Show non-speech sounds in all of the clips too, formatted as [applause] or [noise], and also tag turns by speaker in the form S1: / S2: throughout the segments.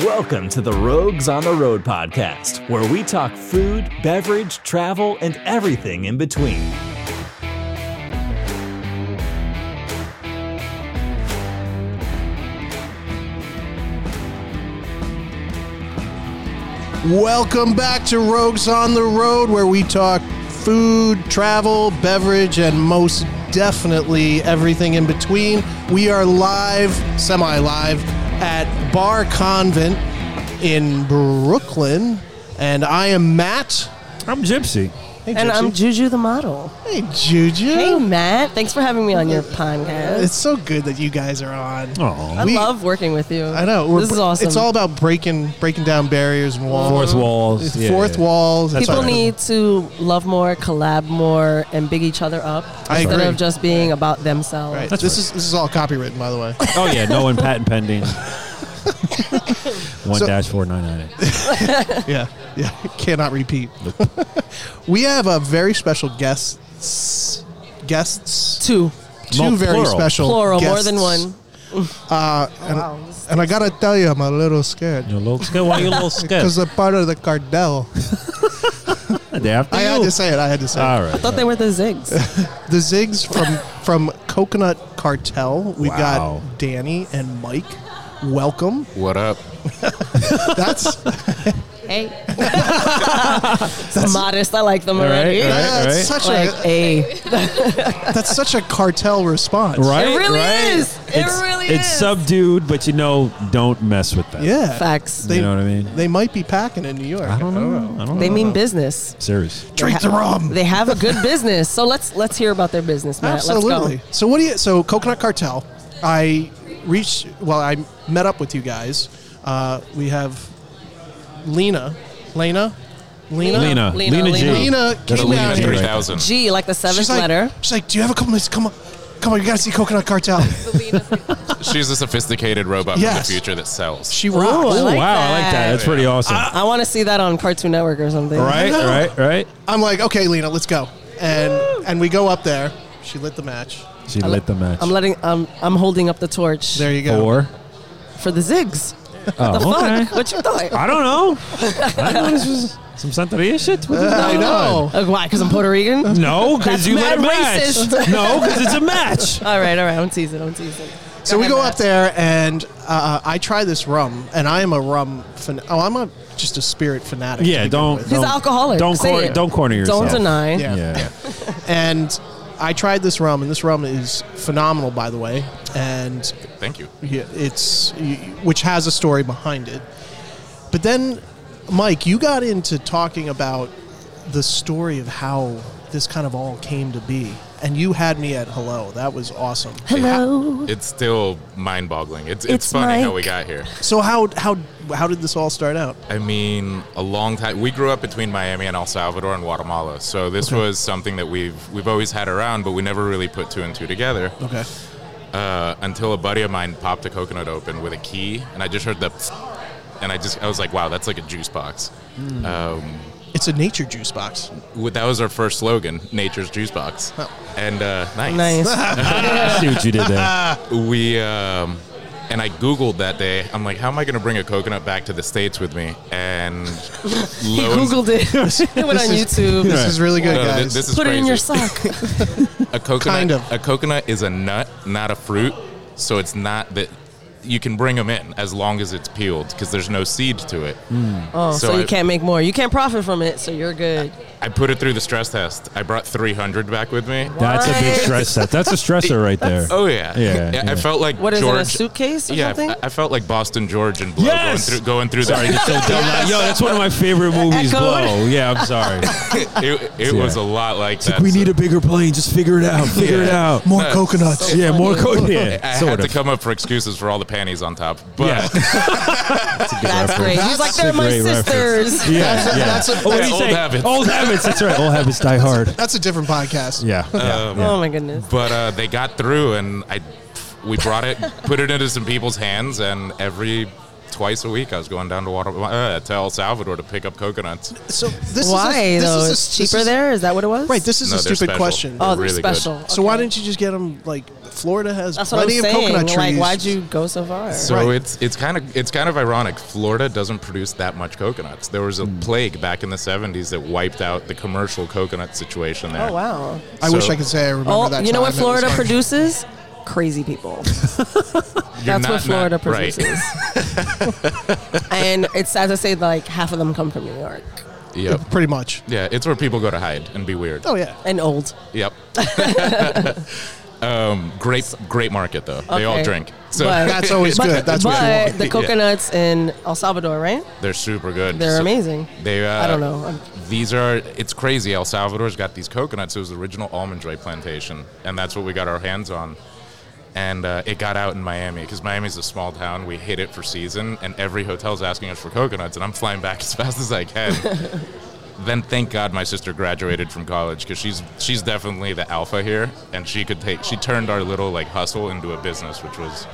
S1: Welcome to the Rogues on the Road podcast, where we talk food, beverage, travel, and everything in between.
S2: Welcome back to Rogues on the Road, where we talk food, travel, beverage, and most definitely everything in between. We are live, semi live, at Bar Convent in Brooklyn, and I am Matt.
S3: I'm Gypsy.
S2: Hey,
S4: And I'm
S2: Gypsy.
S4: Juju the model.
S2: Hey, Juju.
S4: Hey, Matt. Thanks for having me on your podcast.
S2: It's so good that you guys are on.
S3: Oh,
S4: I
S2: we-
S4: love working with you.
S2: I know.
S4: this is
S2: br-
S4: awesome.
S2: It's all about breaking breaking down barriers and walls.
S3: fourth walls.
S2: It's
S3: Yeah,
S2: fourth
S3: yeah.
S2: walls. That's
S4: People
S2: what I-
S4: need to love more, collab more, and big each other up
S2: I
S4: instead
S2: agree.
S4: of just being about themselves.
S2: Right.
S3: That's
S2: This
S3: right.
S2: is this is all copywritten, by the way.
S3: Oh yeah, no one patent pending. One dash four nine nine eight.
S2: yeah, yeah. [laughs] Cannot repeat. we have a very special guests. Guests.
S4: Two.
S2: Two
S3: Mul-
S2: very
S3: plural.
S2: special.
S4: Plural, more
S2: guests.
S4: than one.
S2: Uh, and, and I gotta tell you, I'm a little scared
S3: You look scared. Why you
S2: [laughs]
S3: little scared?
S2: because they're part of the cartel.
S3: They after
S2: I had
S3: you.
S2: to say it. I had to say
S3: All
S2: it.
S3: right.
S4: Thought they were the Zigs.
S2: the Zigs from from Coconut Cartel. We've
S3: Wow.
S2: got Danny and Mike. Welcome.
S5: What up?
S2: [laughs] That's
S4: [laughs] hey. modest. I like them
S3: All [laughs] right,
S4: already.
S3: all right.
S2: that's such
S4: Like
S2: a
S4: a.
S2: [laughs] that's such a cartel response.
S3: Right,
S4: It really
S3: right?
S4: is. It
S3: It's-
S4: really
S3: It's
S4: is.
S3: subdued, but you know, don't mess with that.
S2: Yeah.
S4: Facts.
S2: They-
S3: You know what I mean?
S2: They might be packing in New York.
S3: I don't
S2: Oh.
S3: know. I don't
S4: They
S3: know.
S4: mean business.
S3: serious.
S2: Drink
S4: They
S2: the
S4: ha-
S2: rum.
S4: They have a good business. So let's let's hear about their business, Matt.
S2: Absolutely.
S4: Let's go.
S2: So what do you? So Coconut Cartel. I reached. Well, I met up with you guys. Uh, we have Lena, Lena, Lena.
S3: Lena,
S4: Lena,
S3: Lena, G.
S4: Lena.
S2: Lena
S3: That's
S2: came
S3: Lena
S2: down
S3: G
S2: here.
S3: right there.
S5: 3000.
S4: G, like the seventh
S2: She's like, [laughs]
S4: letter.
S2: she's like, do you have a couple minutes? Come on, come on, you gotta see Coconut
S5: [laughs]
S2: Cartel.
S5: She's a sophisticated robot
S2: Yes.
S5: from the future that sells.
S2: She rocks.
S4: I
S3: Oh,
S4: like
S3: wow, I like that.
S4: that.
S3: That's pretty awesome.
S4: I want to see that on Cartoon Network or something.
S3: right,
S2: know.
S3: right, right.
S2: I'm like, okay, Lena, let's go. And and we go up there. She lit the match.
S3: She lit the match.
S4: I'm letting um, I'm holding up the torch
S2: There you go.
S3: Four.
S4: for the zigs.
S3: Oh, okay.
S4: [laughs] Fuck, what you doing?
S3: I don't
S4: [laughs]
S3: know. I didn't know this was some Santeria shit. What is
S2: I
S3: going
S2: know.
S4: Uh, why? Because I'm Puerto Rican.
S3: on? No,
S4: That's
S3: because you let
S4: mad
S3: a match.
S4: racist.
S3: No, because it's a match.
S4: All right, all right. I'm teasing. I'm teasing.
S2: So we
S4: ahead,
S2: go
S4: Matt.
S2: up there, and uh, I try this rum, and I am a rum. Fan- oh, I'm a just a spirit fanatic. to
S3: Yeah,
S2: begin
S3: don't.
S2: with.
S4: He's
S3: don't,
S4: an alcoholic.
S3: Don't
S4: Say
S3: corner.
S4: it.
S3: Don't corner yourself.
S4: Don't deny.
S2: Yeah.
S3: [laughs] Yeah.
S2: And I tried this rum, and this rum is phenomenal, by the way. And
S5: Thank you.
S2: yeah, it's which has a story behind it. But then, Mike, you got into talking about the story of how this kind of all came to be, and you had me at hello. That was
S4: [laughs]
S2: awesome.
S4: Hello.
S5: [laughs] It's still mind boggling. It's, it's,
S4: It's
S5: funny how
S4: Mike.
S5: we got here.
S2: So how how how did this all start out?
S5: I mean, a long time. We grew up between Miami and El Salvador and Guatemala. So this was something that we've, we've always had around, but we never really put two and two together.
S2: Okay.
S5: uh, until a buddy of mine popped a coconut open with a key, and I just heard the, and I just I was like, wow, that's like a juice box.
S2: It's a nature juice box.
S5: Well, That was our first slogan, "Nature's Juice Box," and uh, nice.
S4: Oh. Nice.
S3: I see what you did there.
S5: We um, and I googled that day. I'm like, how am I going to bring a coconut back to the states with me?
S4: [laughs]
S5: And
S4: he
S5: lo and-
S4: Googled it. it went on
S2: This is- [laughs]
S4: YouTube.
S2: This is really good,
S5: No, thi-
S2: guys.
S5: this, is
S4: Put it in
S5: crazy.
S4: your sock.
S5: A coconut,
S2: Kind of.
S5: a coconut is a nut, not a fruit. So it's not that you can bring them in as long as it's peeled because there's no seed to it.
S4: Oh, so, you
S5: I-
S4: can't make more. You can't profit from it, so you're good.
S5: I put it through the stress test. I brought 300 back with me.
S3: That's a big stress set. That's a stressor right there.
S5: [laughs] Oh yeah,
S3: Yeah, yeah.
S5: I felt like
S4: What is
S5: George,
S4: it, a suitcase or
S5: yeah,
S4: something?
S5: I, I felt like Boston George and Blow
S3: Yes!
S5: going through going through
S3: Sorry,
S5: the.
S3: just so dumb. Yo, that's one of my favorite movies.
S4: Echoed.
S3: Blow. Yeah, I'm [laughs] sorry.
S5: [laughs] It, it
S3: Yeah.
S5: was a lot like that.
S3: we
S5: so-
S3: need a bigger plane. Just figure it out. Figure it out.
S2: More coconuts.
S3: yeah, more code. Yeah,
S5: I had
S3: sort
S5: to
S3: of.
S5: come up for excuses for all the panties on top,
S3: [laughs]
S5: but
S3: Yeah.
S4: That's great. He's like, they're my
S3: Great reference.
S4: sisters.
S3: Yeah,
S2: That's-
S3: yeah.
S2: that's a-
S3: oh, what do
S5: that's-
S3: you
S5: Old
S3: say?
S5: habits.
S3: Old habits. That's right. Old habits die hard.
S2: That's a different podcast.
S3: Yeah. Um,
S4: [laughs] Oh my goodness.
S5: but uh, they got through, and I we brought it, put it into some people's hands, and every twice a week. I was going down to Guatemala, uh, to El Salvador to pick up coconuts.
S2: So this is
S4: Why
S2: a, this
S4: though?
S2: Is a,
S4: it's
S2: this
S4: cheaper
S2: is-
S4: there. Is that what it was?
S2: Right. This is a
S5: No, they're
S2: stupid
S5: special.
S2: question.
S5: They're
S4: Oh, they're
S5: really good.
S4: special.
S2: So why
S4: Okay.
S2: didn't you just get them? Like Florida has
S4: That's what I'm
S2: plenty of
S4: saying.
S2: coconut trees.
S4: Like, why'd you go so far?
S5: So
S2: Right.
S5: it's it's kind of it's kind of ironic. Florida doesn't produce that much coconuts. There was a plague back in the 70s that wiped out the commercial coconut situation there.
S4: oh wow.
S2: I
S5: So
S2: wish I could say I remember
S4: Oh,
S2: that.
S4: you
S2: time.
S4: know what
S2: That was
S4: Florida
S2: hard.
S4: produces?
S2: [laughs]
S4: Crazy people.
S5: you're
S4: That's what
S5: not-
S4: Florida
S5: not- right.
S4: produces.
S2: [laughs]
S4: and it's as I say, like half of them come from New York
S5: Yep.
S2: Pretty much.
S5: Yeah, it's where people go to hide and be weird.
S2: Oh yeah.
S4: and old.
S5: Yep. [laughs] um, great, great market though. They all
S4: Okay.
S5: drink, so
S4: But-
S2: That's always
S4: but
S2: good. That's
S4: but
S2: what you want.
S4: the coconuts in El Salvador, right?
S5: they're super good.
S4: They're
S5: So
S4: amazing.
S5: They, uh,
S4: I don't know. I'm-
S5: These are. It's crazy. El Salvador's got these coconuts. It was the original almond joy plantation, and that's what we got our hands on. And uh, it got out in Miami because Miami's a small town. We hit it for season, and every hotel's asking us for coconuts, and I'm flying back [laughs] as fast as
S4: [laughs]
S5: I can. then thank God my sister graduated from college because she's she's definitely the alpha here, and she could take. She turned our little like hustle into a business, which was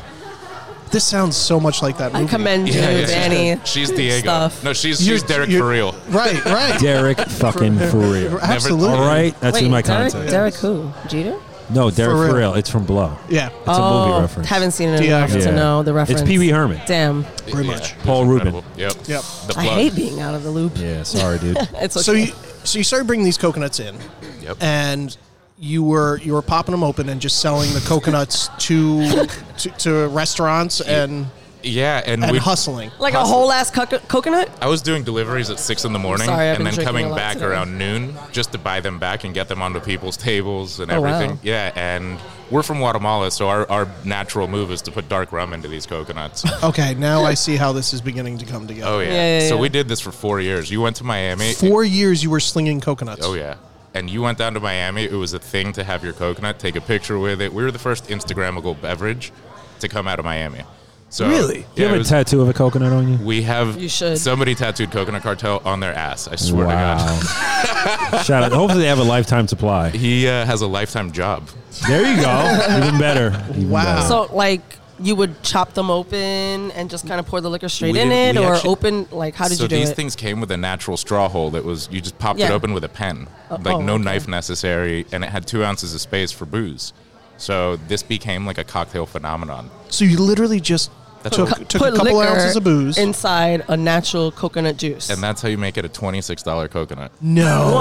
S2: This sounds so much like that movie.
S4: I commend you, Danny.
S5: She's Diego.
S4: Stuff.
S5: No, she's
S2: You're-
S5: she's Derek
S2: you're-
S5: for real.
S2: Right.
S3: [laughs]
S2: Right.
S3: Derek fucking for real.
S2: Absolutely.
S3: All right, that's in my
S4: Derek,
S3: context.
S4: Derek who? Jeter?
S3: No, Derek
S2: For
S3: for
S2: real.
S3: real. It's from Blow.
S2: Yeah.
S3: It's a movie
S4: Oh,
S3: reference.
S4: Haven't seen it
S2: Yeah.
S4: enough
S3: Yeah.
S4: to know the reference.
S3: It's Pee Wee Herman.
S4: Damn.
S2: Pretty much.
S3: Paul Rubin.
S5: Incredible. Yep.
S2: Yep.
S5: The
S4: I
S5: plug.
S4: hate being out of the loop.
S3: Yeah, sorry,
S4: [laughs]
S3: dude.
S4: It's okay.
S2: So you so you started bringing these coconuts in,
S5: Yep.
S2: and you were you were popping them open and just selling the coconuts to, to to restaurants and
S5: yeah, and,
S2: and
S5: we.
S2: hustling.
S4: like a whole ass co- coconut?
S5: I was doing deliveries at six in the morning,
S4: sorry, I've
S5: and
S4: been
S5: then
S4: drinking a
S5: coming
S4: lot
S5: back
S4: today.
S5: around noon just to buy them back and get them onto people's tables and
S4: Oh, wow.
S5: everything. Yeah, and we're from Guatemala, so our, our natural move is to put dark rum into
S4: [laughs]
S5: these coconuts.
S2: Okay, now I see how this is beginning to come
S5: oh
S2: together.
S5: yeah.
S4: Yeah, yeah,
S5: so
S4: yeah.
S5: we did this for four years. You went to Miami.
S2: Four years you were slinging coconuts.
S5: Oh yeah. And you went down to Miami. It was a thing to have your coconut, take a picture with it. We were the first Instagrammable beverage to come out of Miami. So
S2: Really?
S3: you
S5: Yeah,
S3: have
S5: it
S3: a
S5: was-
S3: tattoo of a coconut on you?
S5: we have
S4: You should.
S5: somebody tattooed coconut cartel on their ass. I swear to God,
S3: [laughs] Shout out. Hopefully, they have a lifetime supply.
S5: he uh, has a lifetime job.
S3: There you go. Even better. Even
S2: Wow.
S3: better.
S4: So like you would chop them open and just kind of pour the liquor straight
S5: We
S4: in
S5: did-
S4: it,
S5: we
S4: or
S5: actually-
S4: open like how did
S5: so
S4: you do
S5: these
S4: it?
S5: things came with a natural straw hole that was you just popped it
S4: Yeah.
S5: open with a pen,
S4: Oh,
S5: like
S4: oh,
S5: no
S4: okay.
S5: knife necessary, and it had two ounces of space for booze. So this became like a cocktail phenomenon.
S2: So you literally just
S5: That's
S2: took,
S5: what we-
S2: took a couple
S4: liquor
S2: ounces of booze.
S4: inside a natural coconut juice.
S5: And that's how you make it a twenty-six dollar coconut.
S2: no.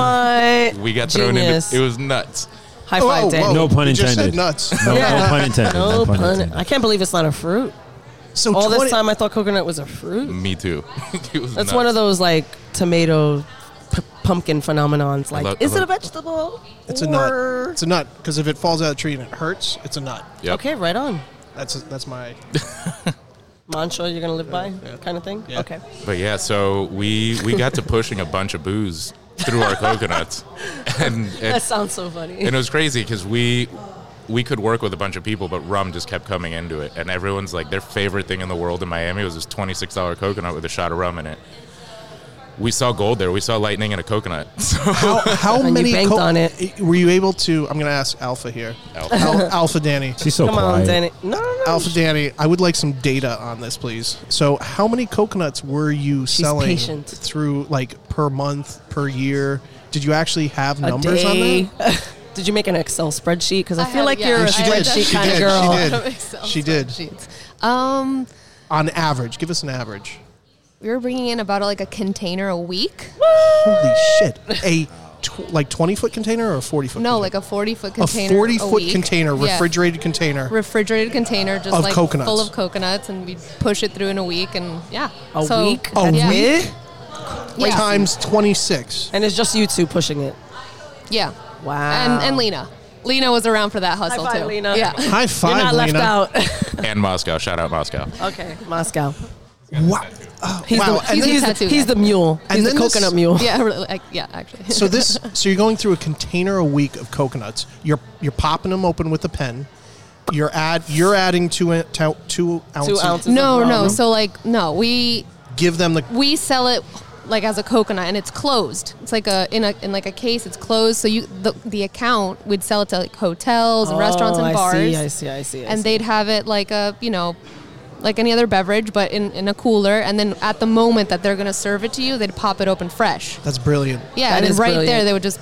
S4: what?
S5: We got thrown
S4: Genius.
S5: into it was nuts.
S4: High
S2: Oh,
S4: five,
S2: whoa,
S4: Dan.
S2: whoa.
S3: No pun
S2: You just said
S3: intended.
S2: nuts.
S3: no,
S4: Yeah.
S3: no pun intended.
S4: No pun.
S3: intended.
S4: I can't believe it's not a fruit.
S2: So
S4: All
S2: 20
S4: this time I thought coconut was a fruit.
S5: Me too. [laughs] It
S4: That's
S5: was Mm, nuts.
S4: one of those like tomato p- pumpkin phenomenons. Like,
S5: love- I
S4: is it a
S5: love-
S4: vegetable?
S2: It's a nut.
S4: or-
S2: It's a nut because if it falls out of the tree and it hurts, it's a nut.
S5: Yep.
S4: Okay, right on.
S2: That's that's
S5: [laughs]
S2: my
S4: Mantra you're gonna live by, kind of thing.
S2: Yeah.
S4: Okay. [laughs]
S5: But yeah, so we we got to pushing a bunch of booze through
S4: [laughs]
S5: our coconuts, and
S4: That
S5: it,
S4: sounds so funny.
S5: and it was crazy because we we could work with a bunch of people, but rum just kept coming into it, and everyone's like their favorite thing in the world in Miami was this twenty six dollar coconut with a shot of rum in it. We saw gold there. We saw lightning and a coconut. [laughs] So
S2: how, how
S4: And you
S2: many Eh,
S4: banked on it.
S2: were you able to? I'm going to ask Alpha here.
S4: [laughs]
S5: Alpha.
S2: Al- Alpha Danny.
S3: She's so
S4: Come
S3: quiet.
S4: on, Danny. No, no, no.
S2: Alpha Danny, I would like some data on this, please. So, how many coconuts were you selling
S4: patient.
S2: through, like, per month, per year? Did you actually have
S4: a
S2: numbers
S4: day.
S2: on that?
S4: [laughs] did you make an Excel spreadsheet? Because I,
S6: I
S4: feel
S6: have,
S4: like
S6: yeah.
S4: you're a
S6: Yeah, she
S2: did.
S4: spreadsheet
S2: She
S4: kind
S2: did.
S4: of
S2: She
S4: girl.
S2: did.
S6: [laughs] Excel
S2: She did.
S6: spreadsheets. Um,
S2: On average, give us an average.
S6: we were bringing in about like a container a week.
S2: Holy shit! A tw- like twenty foot container or a forty foot?
S6: No, like a forty foot
S2: a
S6: container.
S2: forty foot
S6: week.
S2: container,
S6: Yeah.
S2: refrigerated container.
S6: Refrigerated container, just
S2: Of
S6: like
S2: coconuts.
S6: full of coconuts, and we'd push it through in a week, and yeah,
S4: A
S6: So-
S4: week?
S2: A
S6: yeah.
S2: week?
S6: Yeah,
S2: times twenty six.
S4: And it's just you two pushing it.
S6: yeah,
S4: Wow.
S6: and and Lena, Lena was around for that hustle
S4: High five,
S6: too.
S4: Lena.
S6: Yeah,
S2: High
S4: You're
S2: five,
S4: not left
S2: Lena. [laughs]
S4: out.
S5: and Moscow, shout out Moscow.
S4: okay, Moscow.
S2: Wow. Oh,
S4: He's,
S2: wow.
S4: the,
S2: And
S4: he's,
S2: then-
S6: a
S4: he's, the,
S6: tattoo
S4: he's
S6: guy.
S4: the mule.
S2: And
S4: he's the
S2: then this-
S4: coconut mule.
S6: yeah, really, like, yeah, actually.
S2: so this, so you're going through a container a week of coconuts. You're you're popping them open with a pen. You're add you're adding two in- to- two ounces.
S4: ounces.
S6: no, no.
S4: Rum.
S6: So like, no, we
S2: Give them the
S6: we sell it like as a coconut and it's closed it's like a in a in like a case it's closed so you the, the account would sell it to like hotels and restaurants and
S4: Oh,
S6: bars
S4: I see, I see, I see. I
S6: and
S4: see.
S6: they'd have it like a you know like any other beverage, but in, in a cooler. And then at the moment that they're going to serve it to you, they'd pop it open fresh.
S2: That's brilliant.
S6: Yeah,
S4: That
S6: and then
S4: is
S6: right
S4: brilliant.
S6: there, they would just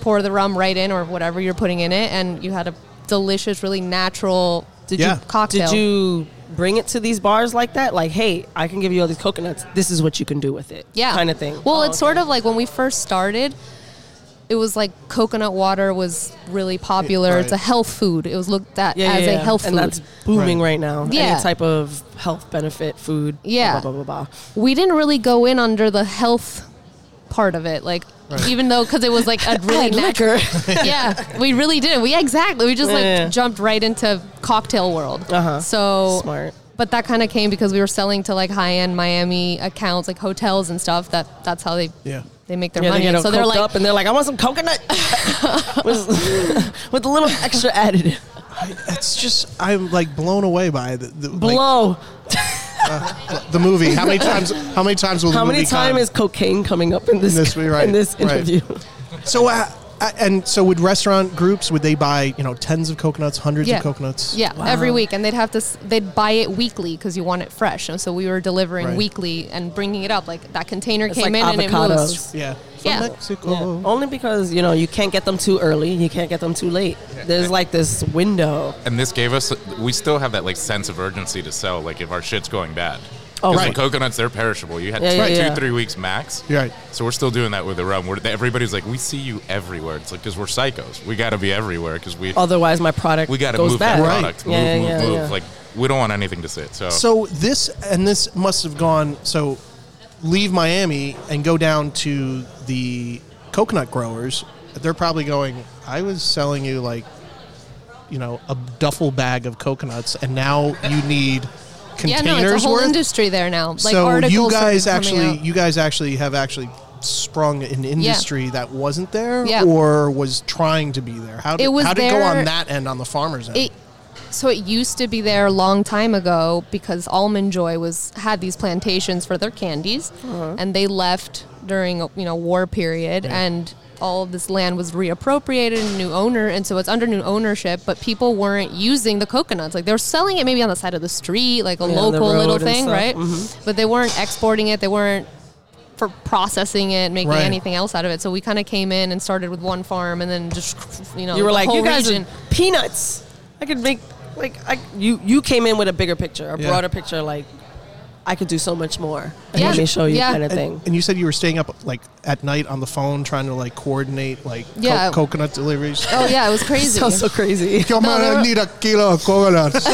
S6: pour the rum right in or whatever you're putting in it, and you had a delicious, really natural
S4: Did
S2: Yeah.
S4: you
S6: cocktail.
S4: Did you bring it to these bars like that? Like, hey, I can give you all these coconuts. This is what you can do with it.
S6: yeah.
S4: kind of thing. Oh,
S6: Well, it's sort of like when we first started, it was like coconut water was really popular.
S2: right.
S6: It's a health food. It was looked at as a health
S4: and
S6: food.
S4: that's booming
S2: Right.
S4: right, now.
S6: Yeah.
S4: any type of health benefit food. blah,
S6: Yeah.
S4: blah blah blah blah.
S6: we didn't really go in under the health part of it, like even though because it was like
S4: [laughs]
S6: a really
S4: Add
S6: natural. [laughs]
S4: liquor.
S6: yeah, we really did. We exactly. We just like
S4: Yeah.
S6: jumped right into cocktail world.
S4: Uh-huh.
S6: So
S4: Smart.
S6: But that kind of came because we were selling to like high end Miami accounts, like hotels and stuff. That that's how they
S2: Yeah.
S6: they make their
S4: Yeah,
S6: money.
S4: they get
S6: so they're like,
S4: up and they're like, I want some coconut
S6: [laughs]
S4: with, [laughs] with a little extra added.
S2: It's just I'm like blown away by the the, like,
S4: Blow.
S2: the movie.
S4: [laughs]
S2: How many times? How many times will
S4: How
S2: the movie
S4: many time
S2: come?
S4: is cocaine coming up in this
S2: This we- right,
S4: [laughs] in this
S2: right.
S4: interview?
S2: so? Uh, I- and so would restaurant groups would they buy you know tens of coconuts, hundreds
S6: yeah,
S2: of coconuts?
S6: yeah, every week, and they'd have to s- they'd buy it weekly because you want it fresh. And so we were delivering
S2: Right.
S6: weekly and bringing it up. Like that container
S4: It's
S6: came
S4: like
S6: in and it
S4: avocados.
S6: moved.
S2: yeah, From
S6: Yeah.
S2: Mexico.
S4: Yeah. Only because you know you can't get them too early, you can't get them too late. There's like this window.
S5: And this gave us, we still have that like sense of urgency to sell, like if our shit's going bad.
S4: Oh,
S5: 'Cause
S4: right.
S5: the coconuts, they're perishable. You had
S4: Yeah,
S5: two,
S4: yeah, yeah.
S5: two, three weeks max.
S2: You're right.
S5: So we're still doing that with the rum. We're, everybody's like, we see you everywhere. It's like, because we're psychos. We got to be everywhere because we,
S4: Otherwise, my product
S5: we got to
S4: goes
S5: move
S4: bad.
S5: that
S2: Right.
S5: product. Move,
S4: Yeah,
S5: move,
S4: yeah,
S5: move.
S4: yeah.
S5: Like, we don't want anything to sit. So,
S2: So this and this must have gone. So leave Miami and go down to the coconut growers. They're probably going. I was selling you like, you know, a duffel bag of coconuts, and now you need
S6: Yeah,
S2: containers
S6: no, it's a whole
S2: worth.
S6: industry there now. Like
S2: so
S6: articles
S2: you
S6: have been
S2: guys
S6: coming
S2: actually,
S6: out.
S2: you guys actually have actually sprung an industry that wasn't there
S6: Yeah.
S2: or was trying to be there. How did
S6: It was
S2: how did it go
S6: there-
S2: on that end on the farmers end?
S6: It, so it used to be there a long time ago because Almond Joy was had these plantations for their candies,
S4: Uh-huh.
S6: and they left during you know war period, and all of this land was reappropriated and new owner, and so it's under new ownership. But people weren't using the coconuts; like they were selling it maybe on the side of the street, like a
S4: Yeah, on the
S6: local little
S4: road and
S6: thing,
S4: stuff. Mm-hmm.
S6: right? But they weren't exporting it. They weren't for processing it, making
S2: Right.
S6: anything else out of it. So we kind of came in and started with one farm, and then just you know
S4: You were
S6: the
S4: like,
S6: whole
S4: you guys
S6: region.
S4: are peanuts. I could make like I you you came in with a bigger picture, a
S2: Yeah.
S4: broader picture. Like I could do so much more.
S6: Yeah.
S4: Let me show you
S6: Yeah.
S4: kind of
S2: And-
S4: thing.
S2: And, you said you were staying up like at night on the phone trying to like coordinate like co-
S6: Yeah.
S2: coconut
S6: [laughs]
S2: deliveries.
S6: Oh yeah, it was crazy.
S4: Sounds [laughs] so [laughs] crazy.
S2: Come on,
S6: there
S2: I
S6: were-
S2: need a kilo of
S6: [laughs]
S2: coconuts.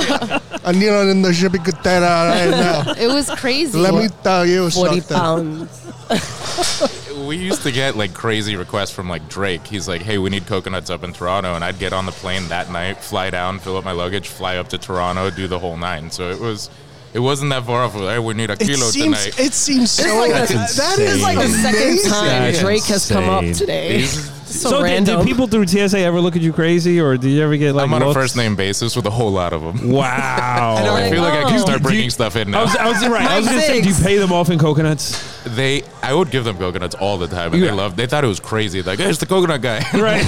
S2: I need it in the shipping container right now.
S6: it was crazy.
S2: Let me tell you
S4: Forty
S2: something.
S4: pounds.
S5: we used to get like crazy requests from like Drake. He's like, "Hey, we need coconuts up in Toronto," and I'd get on the plane that night, fly down, fill up my luggage, fly up to Toronto, do the whole nine. So it was, it wasn't that far off. Hey, we need a
S2: It
S5: kilo
S2: seems
S5: tonight.
S2: it seems so
S4: like
S2: that
S4: a-
S2: that is
S3: It's
S2: like
S3: like
S4: The
S3: a
S4: second
S2: amazing.
S4: time
S3: That's
S4: Drake has come up
S3: insane.
S4: today.
S5: These-
S4: So,
S3: did,
S4: random.
S3: did
S4: [laughs]
S3: people through TSA ever look at you crazy, or did you ever get like?
S5: I'm on a
S3: looks?
S5: first name basis with a whole lot of
S3: [laughs]
S5: them.
S4: [laughs]
S3: Wow.
S5: I feel like I
S4: Oh.
S5: can start
S3: Do
S5: bringing
S3: you-
S5: stuff in
S3: I
S5: now.
S3: was, I was right. I was gonna say, do you pay them off in
S4: [laughs]
S3: coconuts?
S5: they, I would give them coconuts all the time, and
S3: Yeah.
S5: they loved. They thought it was crazy. Like, hey, it's the coconut guy. [laughs]
S3: Right.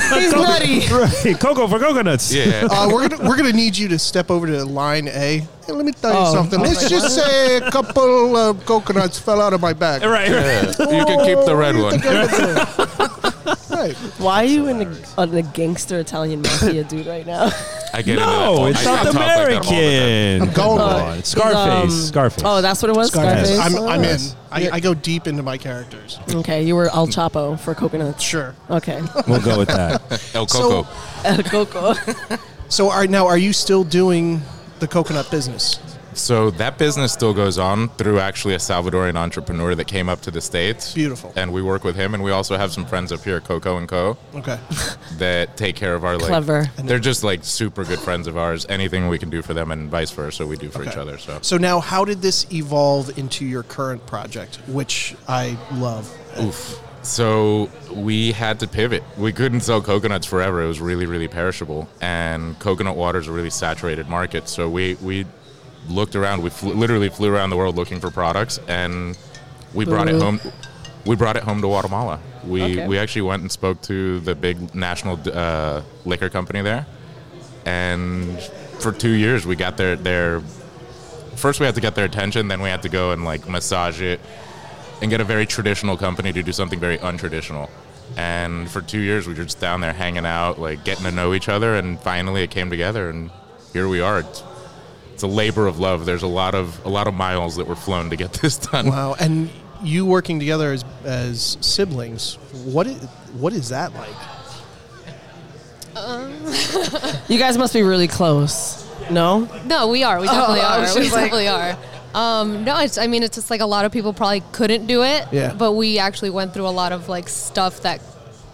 S3: [laughs]
S4: He's nutty.
S3: right. Cocoa for coconuts.
S5: yeah, yeah.
S2: Uh, we're gonna we're gonna need you to step over to line A. Hey, let me tell you
S4: Oh.
S2: something.
S4: I was
S2: Let's
S4: like,
S2: just say a couple of coconuts fell out of my bag.
S3: Right. right.
S5: you can keep the red one.
S2: Right.
S4: Why are you in a, on a gangster Italian mafia dude right now?
S5: I get into that
S3: No,
S5: all- I
S3: it's
S5: get
S3: South
S5: on top like that all the time.
S3: American.
S2: I'm going
S3: Come
S2: with
S3: on.
S2: it.
S3: It's Scarface.
S4: Um,
S3: Scarface.
S4: Oh, that's what it was. Scarface.
S3: Scarface.
S2: I'm, I'm in.
S3: Yes.
S2: I, I go deep into my characters.
S4: Okay, you were El Chapo for coconuts.
S2: Sure.
S4: Okay,
S3: We'll go with
S4: [laughs]
S3: that.
S5: El Coco.
S4: El Coco.
S2: So are, now, are you still doing the coconut business?
S5: So that business still goes on through actually a Salvadoran entrepreneur that came up to the States.
S2: Beautiful.
S5: And we work with him, and we also have some friends up here, Coco and Co,
S2: [laughs] Okay.
S5: that take care of our like.
S4: Clever.
S5: They're just like super good friends of ours. Anything we can do for them, and vice versa, we do for each
S2: Okay.
S5: other. So.
S2: So now, how did this evolve into your current project, which I love?
S5: Oof. So we had to pivot. We couldn't sell coconuts forever. It was really, really perishable, and coconut water is a really saturated market. So we we looked around. We fl- literally flew around the world looking for products, and we brought it
S4: Boo.
S5: home. We brought it home to Guatemala. We
S4: Okay.
S5: we actually went and spoke to the big national uh, liquor company there, and for two years we got their their first we had to get their attention, then we had to go and like massage it and get a very traditional company to do something very untraditional. And for two years we were just down there hanging out, like getting to know each other, and finally it came together, and here we are. It's, it's a labor of love. There's a lot of a lot of miles that were flown to get [laughs] this done.
S2: Wow. And you working together as as siblings, what is, what is that like?
S4: [laughs] You guys must be really close. No?
S6: No, we are. We definitely
S4: oh, I
S6: are.
S4: was
S6: We
S4: just like-
S6: definitely are. Um, no, it's. I mean, it's just like a lot of people probably couldn't do it.
S2: Yeah.
S6: But we actually went through a lot of like stuff that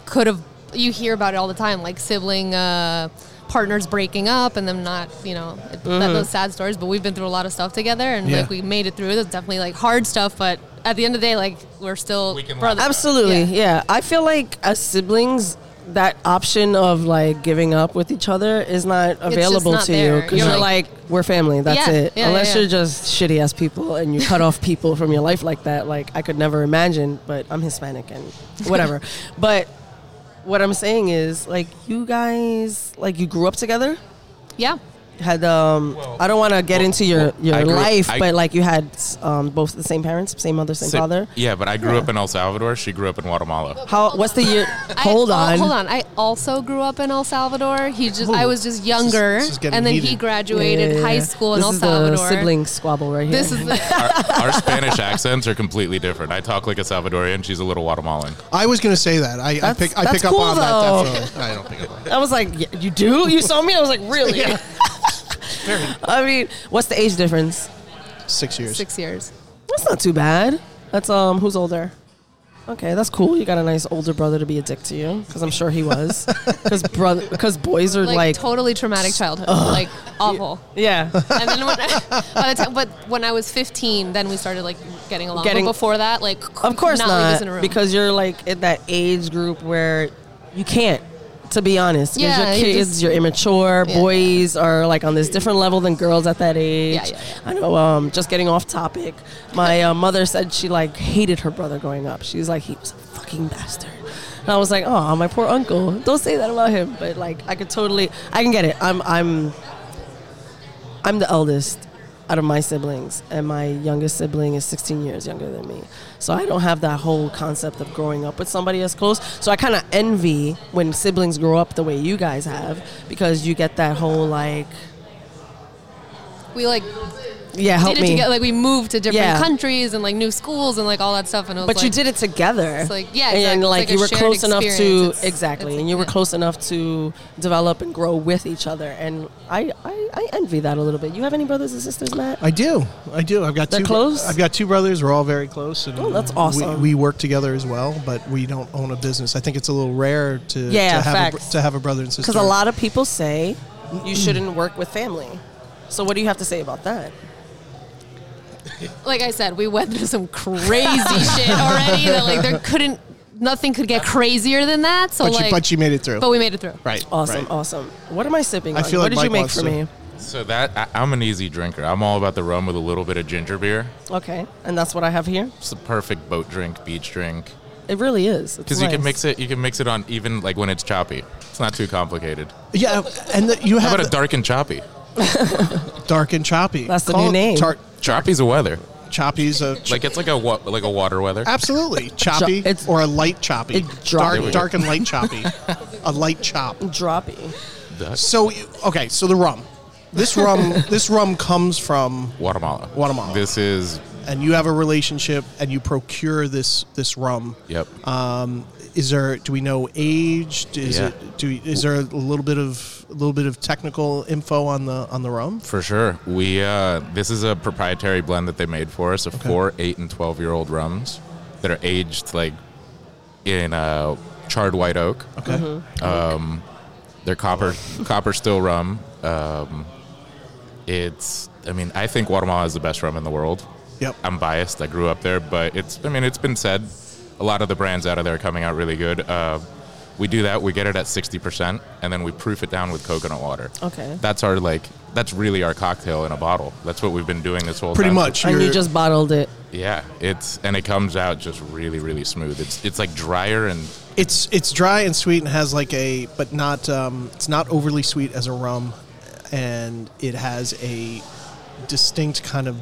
S6: could have. You hear about it all the time, like sibling uh, partners breaking up and them not, you know, it-
S4: Mm-hmm.
S6: that, those sad stories. But we've been through a lot of stuff together, and
S2: Yeah.
S6: like we made it through. That's definitely like hard stuff, but at the end of the day, like we're still
S5: We can laugh
S6: brothers.
S4: Absolutely.
S6: Yeah.
S4: Yeah. I feel like as siblings, that option of like giving up with each other is not available
S6: not
S4: to you
S6: there.
S4: because you're,
S6: You're
S4: like, we're family. That's
S6: Yeah,
S4: it.
S6: yeah,
S4: Unless
S6: yeah, yeah.
S4: you're just shitty ass people and you cut off people from your life like that. Like I could never imagine, but I'm Hispanic [laughs] and whatever. but what I'm saying is like you guys like you grew up together.
S6: Yeah.
S4: Had um,
S5: Well,
S4: I don't want to get
S5: well,
S4: into your
S5: well, I
S4: your
S5: grew-
S4: life,
S5: I-
S4: but like you had um both the same parents, same mother, same
S5: So-
S4: father.
S5: Yeah, but I grew up in El Salvador. She grew up in Guatemala.
S4: How? What's the year? hold
S6: [laughs]
S4: on.
S6: I, oh, hold on. I also grew up in El Salvador. He just, I was just younger,
S2: this is getting
S6: and then he
S2: heated.
S6: graduated
S4: Yeah.
S6: high school in
S4: this
S6: El
S4: is
S6: Salvador.
S4: The sibling squabble right here.
S6: This
S4: [laughs]
S6: is the,
S5: Our, our Spanish accents are completely different. I talk like a Salvadorian. She's a little Guatemalan.
S2: I was going to say that. I, I
S4: That's-
S2: pick I
S4: that's
S2: pick
S4: cool,
S2: up on
S4: though.
S2: that definitely. I don't pick up on that.
S4: I was like, "Yeah, you do? You saw me? I was like,
S6: [laughs]
S4: really? [laughs] I mean, what's the age difference?
S2: Six years.
S6: six years.
S4: That's not too bad. That's um, who's older? Okay, that's cool. You got a nice older brother to be a dick to you, because I'm sure he
S6: [laughs]
S4: was. Because brother, because boys are
S6: Like,
S4: like,
S6: totally traumatic childhood. like awful.
S4: yeah.
S6: And then
S4: [laughs]
S6: when [laughs] I, by the time, but when I was 15, then we started like getting along.
S4: Getting-
S6: but before that, like
S4: Of course
S6: not,
S4: not,
S6: leave us in a room.
S4: because you're like in that age group where you can't. To be honest, because
S6: Yeah,
S4: your
S6: you
S4: kids,
S6: just-
S4: you're immature.
S6: Yeah.
S4: Boys are like on this different level than girls at that age.
S6: Yeah, yeah, yeah.
S4: I know. Um, just getting off topic. My uh, mother said she like hated her brother growing up. She's like he was a fucking bastard. And I was like, oh, my poor uncle. Don't say that about him. But like, I could totally, I can get it. I'm, I'm, I'm the eldest out of my siblings, and my youngest sibling is 16 years younger than me. So I don't have that whole concept of growing up with somebody as close. So I kind of envy when siblings grow up the way you guys have because you get that whole like,
S6: we like
S4: yeah, help
S6: did it
S4: me.
S6: together. Like we moved to different
S4: Yeah.
S6: countries and like new schools and like all that stuff. And it was
S4: But you
S6: like-
S4: did it together.
S6: It's like- yeah,
S4: and
S6: exactly. It's
S4: like,
S6: like a
S4: you were
S6: shared
S4: close enough to
S6: experience. It's-
S4: exactly,
S6: it's
S4: and you were
S6: like- yeah.
S4: close enough to develop and grow with each other. And I, I, I envy that a little bit. You have any brothers and sisters, Matt?
S2: I do. I do. I've got
S4: They're
S2: two.
S4: close?
S2: I've got two brothers. We're all very close. And
S4: Oh, that's awesome.
S2: We, we work together as well, but we don't own a business. I think it's a little rare to
S4: Yeah,
S2: to, have a, br-
S4: facts.
S2: to have a brother and sister.
S4: Because a lot of people say you shouldn't work with family. So what do you have to say about that?
S6: like I said, we went through
S2: [laughs]
S6: some crazy shit already. That like there couldn't, nothing could get crazier than that. So
S2: But,
S6: like,
S2: you, but you made it through.
S6: but we made it through.
S2: right.
S4: Awesome,
S2: Right.
S4: awesome. What am I sipping?
S2: I
S4: on?
S2: feel
S4: what
S2: like
S4: did you
S2: Mike
S4: make
S2: wants
S4: for
S2: to-
S4: me?
S5: So that I, I'm an easy drinker. I'm all about the rum with a little bit of ginger beer.
S4: Okay, and that's what I have here.
S5: It's the perfect boat drink, beach drink.
S4: It really is.
S5: Because you can mix it, you can mix it on even like when it's choppy. It's not too complicated.
S2: Yeah,
S4: Oh.
S2: and the, you
S5: How
S2: have
S5: about a dark and choppy?
S2: dark, and choppy.
S4: That's the
S2: Call
S4: new
S2: it
S4: name.
S2: Tar-
S5: Choppy's a weather.
S2: choppies a ch-
S5: Like it's like a wa- like a water weather.
S4: [laughs]
S2: absolutely choppy
S4: it's-
S2: or a light choppy.
S4: it's
S2: dark,
S4: droppy.
S2: dark and light choppy. a light
S4: [laughs]
S2: chop.
S4: Droppy.
S2: So you- okay, so the rum. This rum. this rum comes from
S5: Guatemala.
S2: Guatemala.
S5: This is
S2: and you have a relationship and you procure this this rum.
S5: yep.
S2: Uh, Is there? Do we know age? Is
S5: Yeah.
S2: it? Do we, is there a little bit of a little bit of technical info on the on the rum?
S5: For sure. We uh, this is a proprietary blend that they made for us of four, eight, and twelve year old rums that are aged like in uh, charred white oak.
S2: Okay.
S5: They're copper copper still rum. Um, it's I mean I think Guatemala is the best rum in the world.
S2: Yep.
S5: I'm biased. I grew up there, but it's I mean it's been said a lot of the brands out of there are coming out really good. Uh, we do that. We get it at 60%, and then we proof it down with coconut water.
S4: Okay.
S5: That's our like. That's really our cocktail in a bottle. That's what we've been doing this whole
S2: Pretty
S5: time.
S2: much.
S4: And you
S2: you're-
S4: just bottled it.
S5: Yeah. It's and it comes out just really really smooth. It's it's like drier and
S2: It's it's dry and sweet and has like a but not um, it's not overly sweet as a rum. and it has a distinct kind of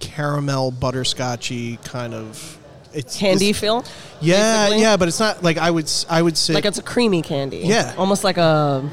S2: caramel butterscotchy kind of it's
S4: Candy
S2: it's-
S4: feel?
S2: yeah,
S4: basically?
S2: yeah, but it's not like I would. s- I would say
S4: Like it's a creamy candy.
S2: Yeah.
S4: Almost like a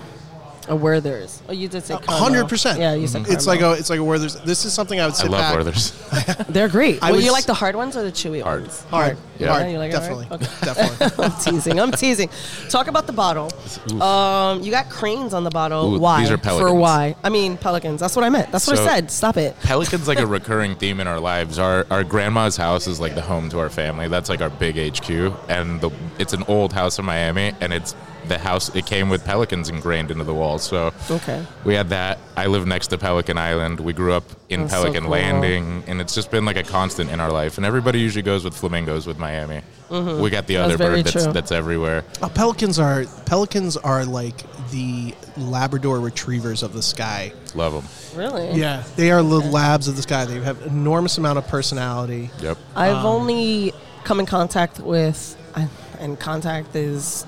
S4: a Werther's. Oh, you did say caramel.
S2: hundred percent. Mm-hmm.
S4: Yeah, you said
S2: it's like
S4: caramel.
S2: a. It's like a Werther's. This is something I would
S5: I
S2: sit
S5: love
S2: back.
S5: Werther's.
S4: They're great.
S2: I
S4: well,
S2: would
S4: you
S2: s-
S4: like the hard ones or the chewy
S5: Hard.
S4: ones?
S2: Hard,
S5: Yeah.
S2: hard,
S4: Yeah, you like it,
S2: definitely,
S4: right? Okay.
S2: [laughs] definitely.
S4: [laughs] I'm teasing. I'm teasing. Talk about the bottle. Um, you got cranes on the bottle.
S5: Ooh,
S4: why?
S5: these are
S4: For
S5: pelicans.
S4: why? I mean pelicans. That's what I meant. That's what
S5: So-
S4: I said. Stop it.
S5: Pelican's like a recurring theme in our lives. Our our grandma's house is like the home to our family. That's like our big HQ, and the it's an old house in Miami, and it's the house. It came with pelicans ingrained into the walls. So
S4: Okay.
S5: we had that. I live next to Pelican Island. We grew up in
S4: That's so
S5: Pelican
S4: cool.
S5: Landing, and it's just been like a constant in our life. And everybody usually goes with flamingos with Miami. We got the
S4: Mm-hmm. That's
S5: other
S4: very
S5: bird that's
S4: true.
S5: that's everywhere.
S2: Uh, pelicans are pelicans are like the Labrador retrievers of the sky.
S5: Love them.
S4: Really?
S2: Yeah, they are the labs of the sky. They have enormous amount of personality.
S5: Yep.
S4: I've only come in contact with, I- and contact is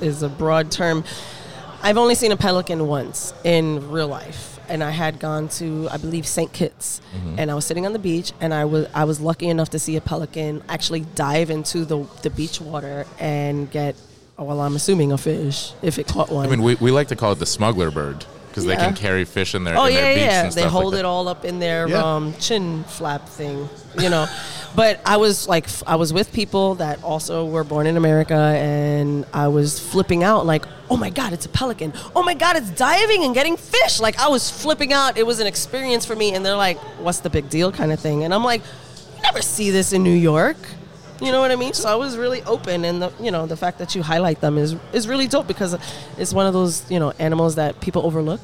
S4: is a broad term. I've only seen a pelican once in real life, and I had gone to I believe St. Kitts,
S5: Mm-hmm.
S4: and I was sitting on the beach, and I was I was lucky enough to see a pelican actually dive into the the beach water and get. Well, I'm assuming a fish if it caught one.
S5: I mean, we, we like to call it the smuggler bird because they
S4: Yeah.
S5: can carry fish in their
S4: Oh
S5: in
S4: yeah,
S5: their beaks
S4: yeah.
S5: and
S4: They
S5: stuff
S4: hold
S5: like that.
S4: it all up in their
S2: Yeah.
S4: um, chin flap thing, you know. [laughs] but I was like, f- I was with people that also were born in America, and I was flipping out, like, oh my god, it's a pelican. Oh my god, it's diving and getting fish. Like I was flipping out. It was an experience for me, and they're like, what's the big deal, kind of thing. And I'm like, you never see this in New York. You know what I mean? So I was really open, and the you know the fact that you highlight them is is really dope because it's one of those you know animals that people overlook.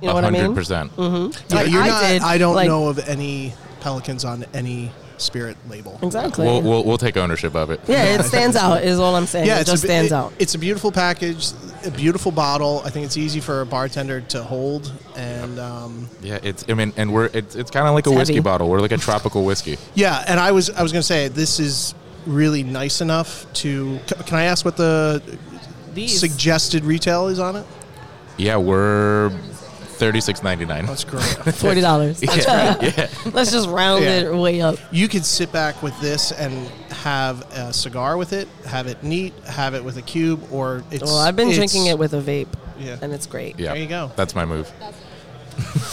S4: You know what I mean? Mm-hmm.
S5: 100%.
S2: Yeah,
S4: Like
S2: you're
S4: I
S2: not.
S4: did,
S2: I don't
S4: like-
S2: know of any pelicans on any spirit label.
S4: Exactly.
S5: We'll, we'll, we'll take ownership of it.
S4: yeah, it stands out. Is all I'm saying.
S2: Yeah,
S4: it
S2: it's a
S4: just
S2: bu-
S4: stands
S2: it-
S4: out.
S2: It's a beautiful package, a beautiful bottle. I think it's easy for a bartender to hold, and um,
S5: Yeah, it's. I mean, and we're. It's, it's kind of like a
S4: It's
S5: whiskey
S4: heavy.
S5: bottle. We're like a tropical whiskey.
S2: yeah. And I was I was gonna say this is really nice enough to. c- Can I ask what the
S4: These
S2: suggested retail is on it?
S5: Yeah, we're thirty six ninety
S4: Oh,
S5: nine.
S2: That's great. [laughs]
S4: forty dollars.
S5: Yeah, yeah.
S4: Let's just round
S2: Yeah.
S4: it way up.
S2: you could sit back with this and have a cigar with it, have it neat, have it with a cube, or it's.
S4: Well, I've been
S2: it's-
S4: drinking it with a vape,
S2: Yeah.
S4: and it's great.
S5: Yeah.
S2: There you go.
S5: That's my move.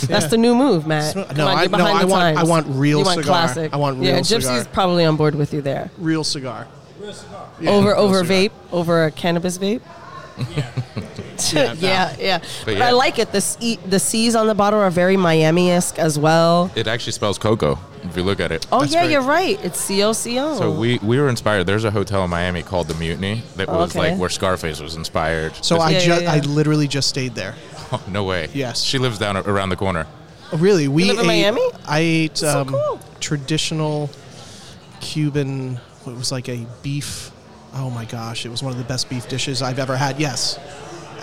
S4: That's the new move, Matt.
S2: Sm-
S4: Come
S2: no,
S4: on,
S2: I-
S4: get
S2: no,
S4: behind
S2: I
S4: the
S2: want-
S4: times.
S2: I want real
S4: you want
S2: cigar.
S4: Classic.
S2: I want real
S4: yeah,
S2: cigar.
S4: Gypsy's probably on board with you there.
S2: real cigar. Yeah,
S4: over
S2: real
S4: over
S2: cigar.
S4: vape, over a
S2: [laughs]
S4: cannabis vape. [laughs] Yeah, yeah, yeah. But,
S5: yeah.
S4: I like it. The C, the C's on the bottle are very Miami-esque as well.
S5: It actually spells cocoa if you look at it.
S4: Oh
S2: That's
S4: yeah,
S2: great.
S4: you're right. It's C O C O.
S5: So we, we were inspired. There's a hotel in Miami called the Mutiny that
S4: Oh,
S5: was
S4: okay.
S5: like where Scarface was inspired.
S2: So
S5: This-
S2: I
S4: Yeah,
S2: just
S4: yeah, yeah.
S2: I literally just stayed there.
S5: no way.
S2: Yes.
S5: she lives down around the corner.
S2: Oh, really, we
S4: live in
S2: ate,
S4: Miami?
S2: I ate
S4: so
S2: um,
S4: cool.
S2: traditional Cuban. It was like a beef. Oh my gosh! It was one of the best beef dishes I've ever had. Yes,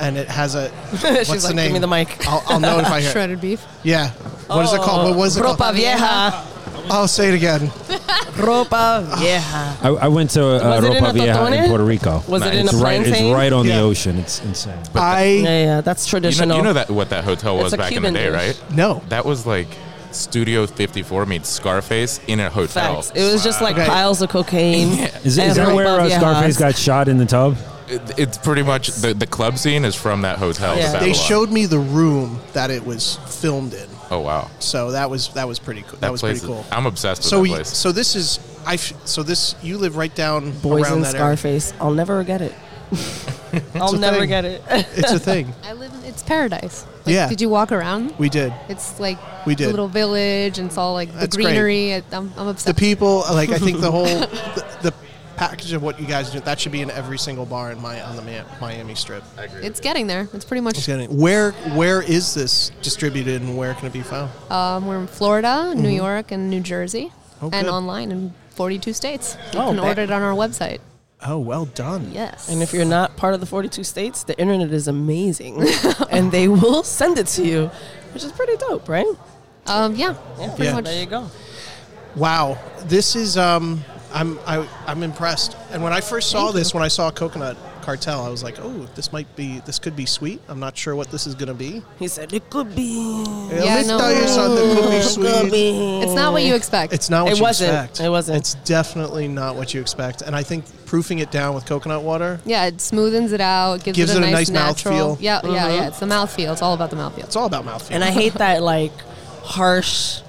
S2: and it has a. what's
S4: [laughs] She's
S2: the
S4: like,
S2: name?
S4: give me the mic.
S2: I'll, I'll know it if I
S4: [laughs]
S2: hear. it.
S6: Shredded beef.
S2: Yeah. What is it called? What was it? called?
S4: Ropa
S2: [laughs]
S4: vieja.
S2: Oh, say it again.
S4: Ropa vieja.
S3: I, I went to uh,
S4: Was it in
S3: Ropa
S4: a
S3: Vieja
S4: Totone?
S3: in Puerto Rico.
S4: Was it in
S3: it's
S4: a
S3: right,
S4: plantain?
S3: It's right on
S2: Yeah.
S3: the ocean. It's insane.
S2: I
S4: Yeah, yeah, that's
S5: You know,
S4: traditional.
S5: you know that what that hotel
S4: It's
S5: was
S4: a
S5: back in
S4: Cuban
S5: the day,
S4: dish.
S5: right?
S2: No.
S5: That was like Studio 54 meets Scarface in a hotel.
S4: Facts. It was just like
S2: Okay.
S4: piles of cocaine.
S3: Is,
S4: and
S3: is that
S4: ropa
S3: where uh,
S4: viejas.
S3: Scarface got shot in the tub?
S5: It- it's pretty much the, the club scene is from that hotel.
S4: Yeah.
S5: the
S2: they
S5: Babylon.
S2: showed me the room that it was filmed in.
S5: Oh wow,
S2: So that was that was pretty cool. That, was
S5: place
S2: pretty cool.
S5: Is, I'm obsessed with
S2: so
S5: that
S2: we,
S5: place.
S2: so this is I f- so this you live right down
S4: Boys
S2: around
S4: and
S2: that
S4: Scarface. I'll never get it. I'll
S2: a
S4: never
S2: thing.
S4: get it.
S2: area. It's a thing.
S6: I live in, it's paradise. Like,
S2: Yeah.
S6: Did you walk around?
S2: We did.
S6: It's like
S2: We
S6: a
S2: did.
S6: little village and it's all like the
S2: That's great.
S6: greenery. I, I'm, I'm
S2: The
S6: obsessed.
S2: people like I think the whole the, the package of what you guys do that should be in every single bar in my on the Mi- Miami Strip.
S6: it's getting there. It's pretty much.
S2: Just kidding. Where where is this distributed and where can it be found?
S6: Um, we're in Florida, New York, and New Jersey,
S2: Mm-hmm. Oh,
S6: and
S2: good.
S6: online in 42 states. You
S4: Oh,
S6: can
S4: that-
S6: order it on our website.
S2: Oh, well done.
S6: Yes.
S4: And if you're not part of the 42 states, the internet is amazing, [laughs] and they will send it to you, which is pretty dope, right?
S6: um, yeah, pretty
S2: Yeah.
S6: much.
S4: There you go.
S2: Wow, this is um, I'm I, I'm impressed. And when I first saw this, when I saw coconut cartel, I was like, oh, this might be, this could be sweet. I'm not sure what this is going to be.
S4: He said it could be.
S2: Yeah,
S6: Yeah,
S2: Let me
S6: no.
S2: tell you something could be sweet.
S6: It's not what you expect.
S2: It's not what
S4: It
S2: you
S4: wasn't.
S2: expect.
S4: It wasn't.
S2: It's definitely not what you expect. And I think proofing it down with coconut water,
S6: yeah, it smoothens it out, gives,
S2: Gives
S6: it, a nice,
S2: mouth
S6: natural.
S2: feel.
S6: Yeah, yeah,
S4: Uh-huh.
S6: yeah. It's the mouthfeel. It's all about the mouthfeel.
S2: it's all about mouthfeel.
S4: [laughs] And I hate that like harsh.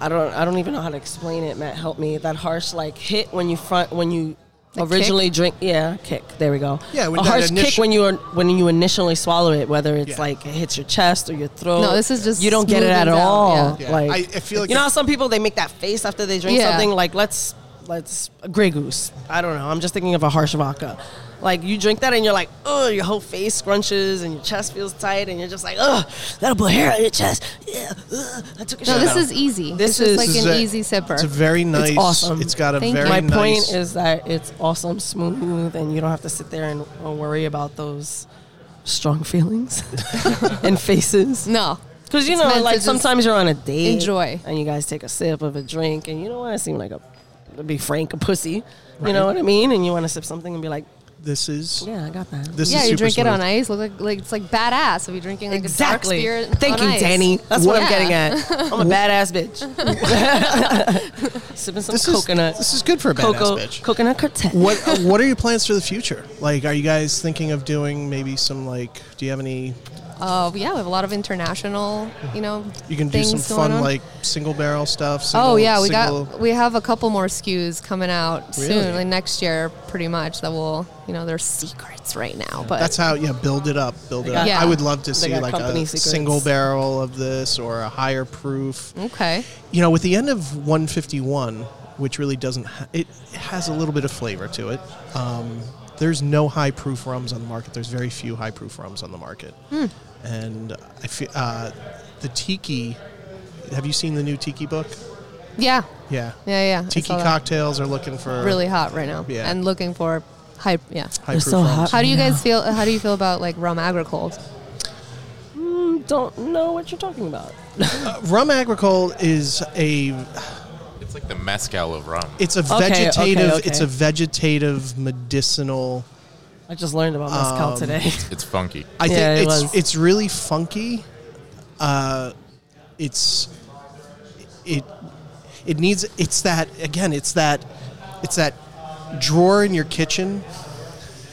S4: I don't. I don't even know how to explain it. Matt, help me. That harsh like hit when you front when you
S6: Like
S4: originally drink. Yeah, kick. There we go.
S2: Yeah, when
S4: a
S2: that
S4: harsh kick
S2: initial-
S4: when you are when you initially swallow it, whether it's
S2: Yeah.
S4: like it hits your chest or your throat.
S6: No, this is just
S4: you don't get it at
S6: smoothens out,
S4: all.
S2: yeah.
S4: Like
S2: I, I feel like
S4: you know, how some people they make that face after they drink
S6: Yeah.
S4: something. Like let's let's a Grey Goose. I don't know. I'm just thinking of a harsh vodka. Like you drink that and you're like, oh, your whole face scrunches and your chest feels tight and you're just like, oh, that'll put hair on your chest. Yeah, ugh, I took a
S6: No,
S4: shot.
S6: this is easy.
S4: This
S6: This,
S4: is-
S6: is like
S2: this is
S6: an
S2: a-
S6: easy sipper.
S2: It's a very nice.
S4: awesome.
S2: It's got a
S6: Thank you.
S2: very
S4: my
S2: nice.
S4: point is that it's awesome, smooth, and you don't have to sit there and uh, worry about those strong [laughs] feelings and faces.
S6: no,
S4: Because you
S6: It's meant
S4: know,
S6: to
S4: like
S6: just
S4: sometimes you're on a date,
S6: enjoy.
S4: and you guys take a sip of a drink, and you don't want to seem like a, to be frank, a pussy. You know what I mean? And you want to sip something and be like,
S2: this is
S4: yeah, I got that.
S2: this
S6: yeah,
S2: is
S6: you
S2: super
S6: drink it on
S2: smooth.
S6: ice. Look like, like it's like badass if you're drinking like
S4: exactly.
S6: a dark spirit.
S4: Thank
S6: on
S4: you,
S6: ice.
S4: Danny. That's what, I'm
S6: Yeah.
S4: getting at. I'm a
S6: [laughs]
S4: badass bitch. Sipping some
S2: This is
S4: coconut,
S2: This is good for a badass
S4: cocoa,
S2: bitch.
S4: coconut quartet.
S2: What uh, What are your plans for the future? Like, are you guys thinking of doing maybe some like? Do you have any?
S6: Uh, yeah, we have a lot of international, you know,
S2: You can do
S6: things
S2: some
S6: going
S2: fun
S6: on.
S2: like single barrel stuff. Single,
S6: oh yeah, we
S2: single-
S6: got we have a couple more SKUs coming out
S2: Really?
S6: soon, like next year, pretty much. That will, you know, they're secrets right now, but
S2: That's how yeah, build it up, build it up.
S6: got-
S2: I would love to
S4: they
S2: see
S4: got
S2: like a
S4: company secrets.
S2: single barrel of this or a higher proof.
S6: okay.
S2: You know, with the end of 151, which really doesn't, ha- it has a little bit of flavor to it. Um, there's no high proof rums on the market. There's very few high proof rums on the market.
S6: Hmm.
S2: And I feel uh, the tiki. Have you seen the new tiki book?
S6: Yeah,
S2: Yeah.
S6: yeah, yeah. I
S2: Tiki
S6: saw that.
S2: cocktails are looking for
S6: really hot right now,
S2: Yeah.
S6: and looking for hype. Yeah.
S2: high
S4: They're
S2: proof
S4: so
S2: rums.
S4: hot.
S6: How do you guys feel? How do you feel about like rum agricole?
S4: Don't know what you're talking about.
S2: Uh, rum agricole is a
S5: It's like the mezcal of rum.
S2: it's a
S4: okay,
S2: vegetative
S4: okay.
S2: it's a vegetative medicinal
S4: I just learned about mezcal
S2: Um,
S4: today. [laughs]
S5: It's funky.
S2: I
S4: Yeah, it
S2: think it's
S4: was.
S2: it's really funky. Uh, it's it it needs it's that again it's that it's that drawer in your kitchen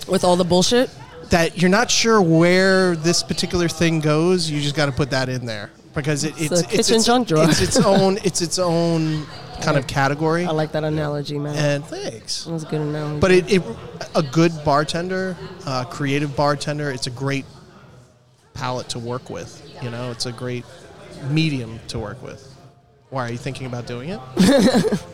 S4: With all the bullshit,
S2: that you're not sure where this particular thing goes. You just got to put that in there because it, it's
S4: a kitchen junk drawer.
S2: It's its own it's its
S4: [laughs]
S2: own kind of category.
S4: I like that analogy, man.
S2: and thanks.
S4: That was a good analogy.
S2: But it, it a good bartender, uh, creative bartender, it's a great palette to work with. You know, it's a great medium to work with. Why are you thinking about doing it?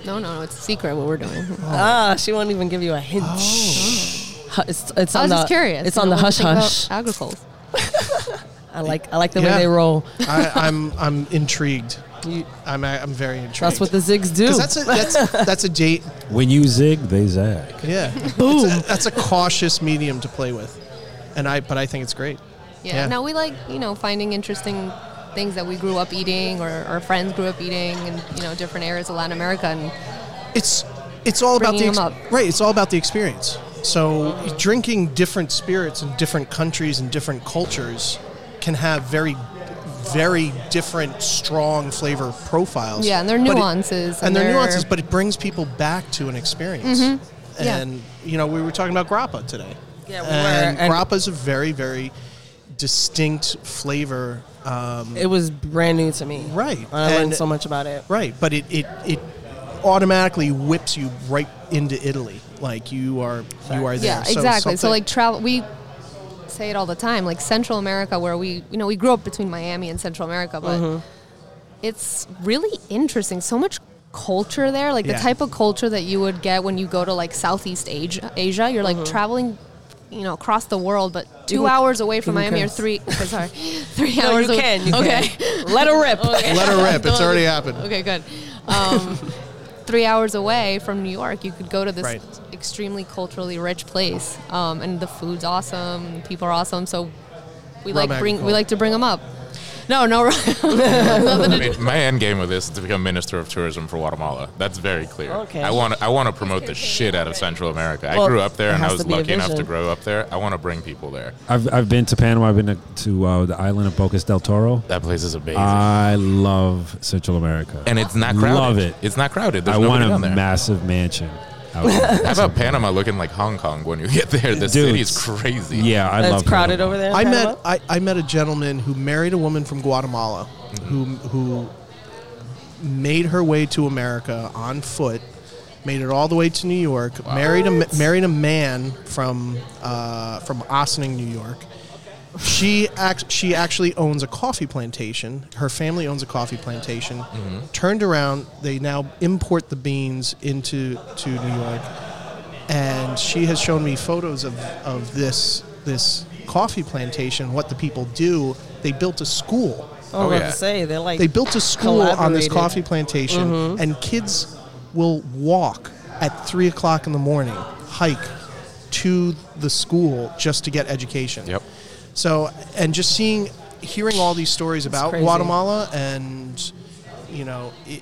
S6: No, no, no. It's a secret what we're [laughs] doing.
S4: ah, she won't even give you a hint.
S2: Oh.
S4: Hu- It's, it's
S6: I
S4: on
S6: was
S4: the,
S6: just curious.
S4: It's
S6: you
S4: on
S6: know,
S4: the
S6: what
S4: hush
S6: you think
S4: hush.
S6: about Agricole.
S4: I like I like the
S2: Yeah.
S4: way they roll.
S2: I, I'm I'm intrigued.
S4: You-
S2: I'm I'm very intrigued.
S4: that's what the zigs do.
S2: 'Cause that's a that's that's a date.
S3: When you zig, they zag.
S2: Yeah, boom. that's a cautious medium to play with, and I but I think it's great.
S6: Yeah.
S2: Yeah.
S6: Now we like you know finding interesting things that we grew up eating or our friends grew up eating, and you know different areas of Latin America. And
S2: it's it's all about the
S6: Bringing
S2: ex-
S6: 'em up.
S2: right. It's all about the experience. So drinking different spirits in different countries and different cultures can have very, very different strong flavor profiles.
S6: Yeah, and their
S2: But it-
S6: nuances
S2: and
S6: and
S2: their
S6: their-
S2: nuances, but it brings people back to an experience.
S6: Mm-hmm. Yeah.
S2: And you know, we were talking about grappa today.
S4: Yeah, we were,
S2: and
S4: and-
S2: grappa is a very, very distinct flavor. Um,
S4: it was brand new to me.
S2: Right.
S4: And I
S2: And-
S4: learned so much about it.
S2: Right, but it, it it automatically whips you right into Italy. Like you are you are there.
S6: yeah, exactly. So
S2: something-
S6: like travel, we say it all the time. Like Central America, where we you know we grew up between Miami and Central America, but
S4: Mm-hmm.
S6: it's really interesting. So much culture there, like
S2: Yeah.
S6: the type of culture that you would get when you go to like Southeast Asia. Asia, you're like
S4: Mm-hmm.
S6: traveling. You know, across the world, but two hours away from
S4: even
S6: Miami, or
S4: curse.
S6: three. [laughs] oh, Sorry, three
S4: No,
S6: hours.
S4: you
S6: away.
S4: can. You
S6: okay.
S4: Can. Let her
S6: [laughs]
S4: rip.
S2: let her rip. It's already happened.
S6: Okay, good. Um, [laughs] three hours away from New York, you could go to this
S2: Right.
S6: extremely culturally rich place, um, and the food's awesome. People are awesome, so we
S2: Rum
S6: like bring
S2: Agricole.
S6: we like to bring them up. No, no. [laughs] Nothing to
S5: I mean, my end game with this is to become minister of tourism for Guatemala. That's very clear.
S4: Okay.
S5: I want to. I want to promote the shit out of Central America.
S4: Well,
S5: I grew up there,
S4: it
S5: and I
S4: has
S5: was
S4: to be a
S5: lucky enough to
S4: vision.
S5: grow up there. I want to bring people there.
S3: I've, I've been to Panama. I've been to, to uh, the island of Bocas del Toro.
S5: That place is amazing,
S3: I love Central America.
S5: Uh, and it's not crowded.
S3: love it.
S5: It's not crowded. There's
S3: I
S5: nobody
S3: want a
S5: down there.
S3: massive
S5: [laughs]
S3: mansion. out there.
S5: How about Panama looking like Hong Kong when you get there? The
S3: Dude.
S5: city is crazy.
S3: yeah, I
S4: And
S3: love
S4: it's crowded
S3: Panama.
S4: over there. in
S2: I
S4: Panama?
S2: met I, I met a gentleman who married a woman from Guatemala who who made her way to America on foot, made it all the way to New York, married a ma- married a man from uh, from Ossining, New York. She act, she actually owns a coffee plantation. Her family owns a coffee plantation. Turned around, they now import the beans into to New York and she has shown me photos of, of this this coffee plantation. What the people do, they built a school.
S4: I was
S5: Oh,
S4: about
S5: yeah.
S4: to say they're like
S2: They built a school on this
S4: Collaborated. Mm-hmm.
S2: coffee plantation, and kids will walk at three o'clock in the morning, hike to the school just to get education.
S5: Yep.
S2: So, and just seeing, hearing all these stories about
S4: crazy.
S2: Guatemala, and you know, it,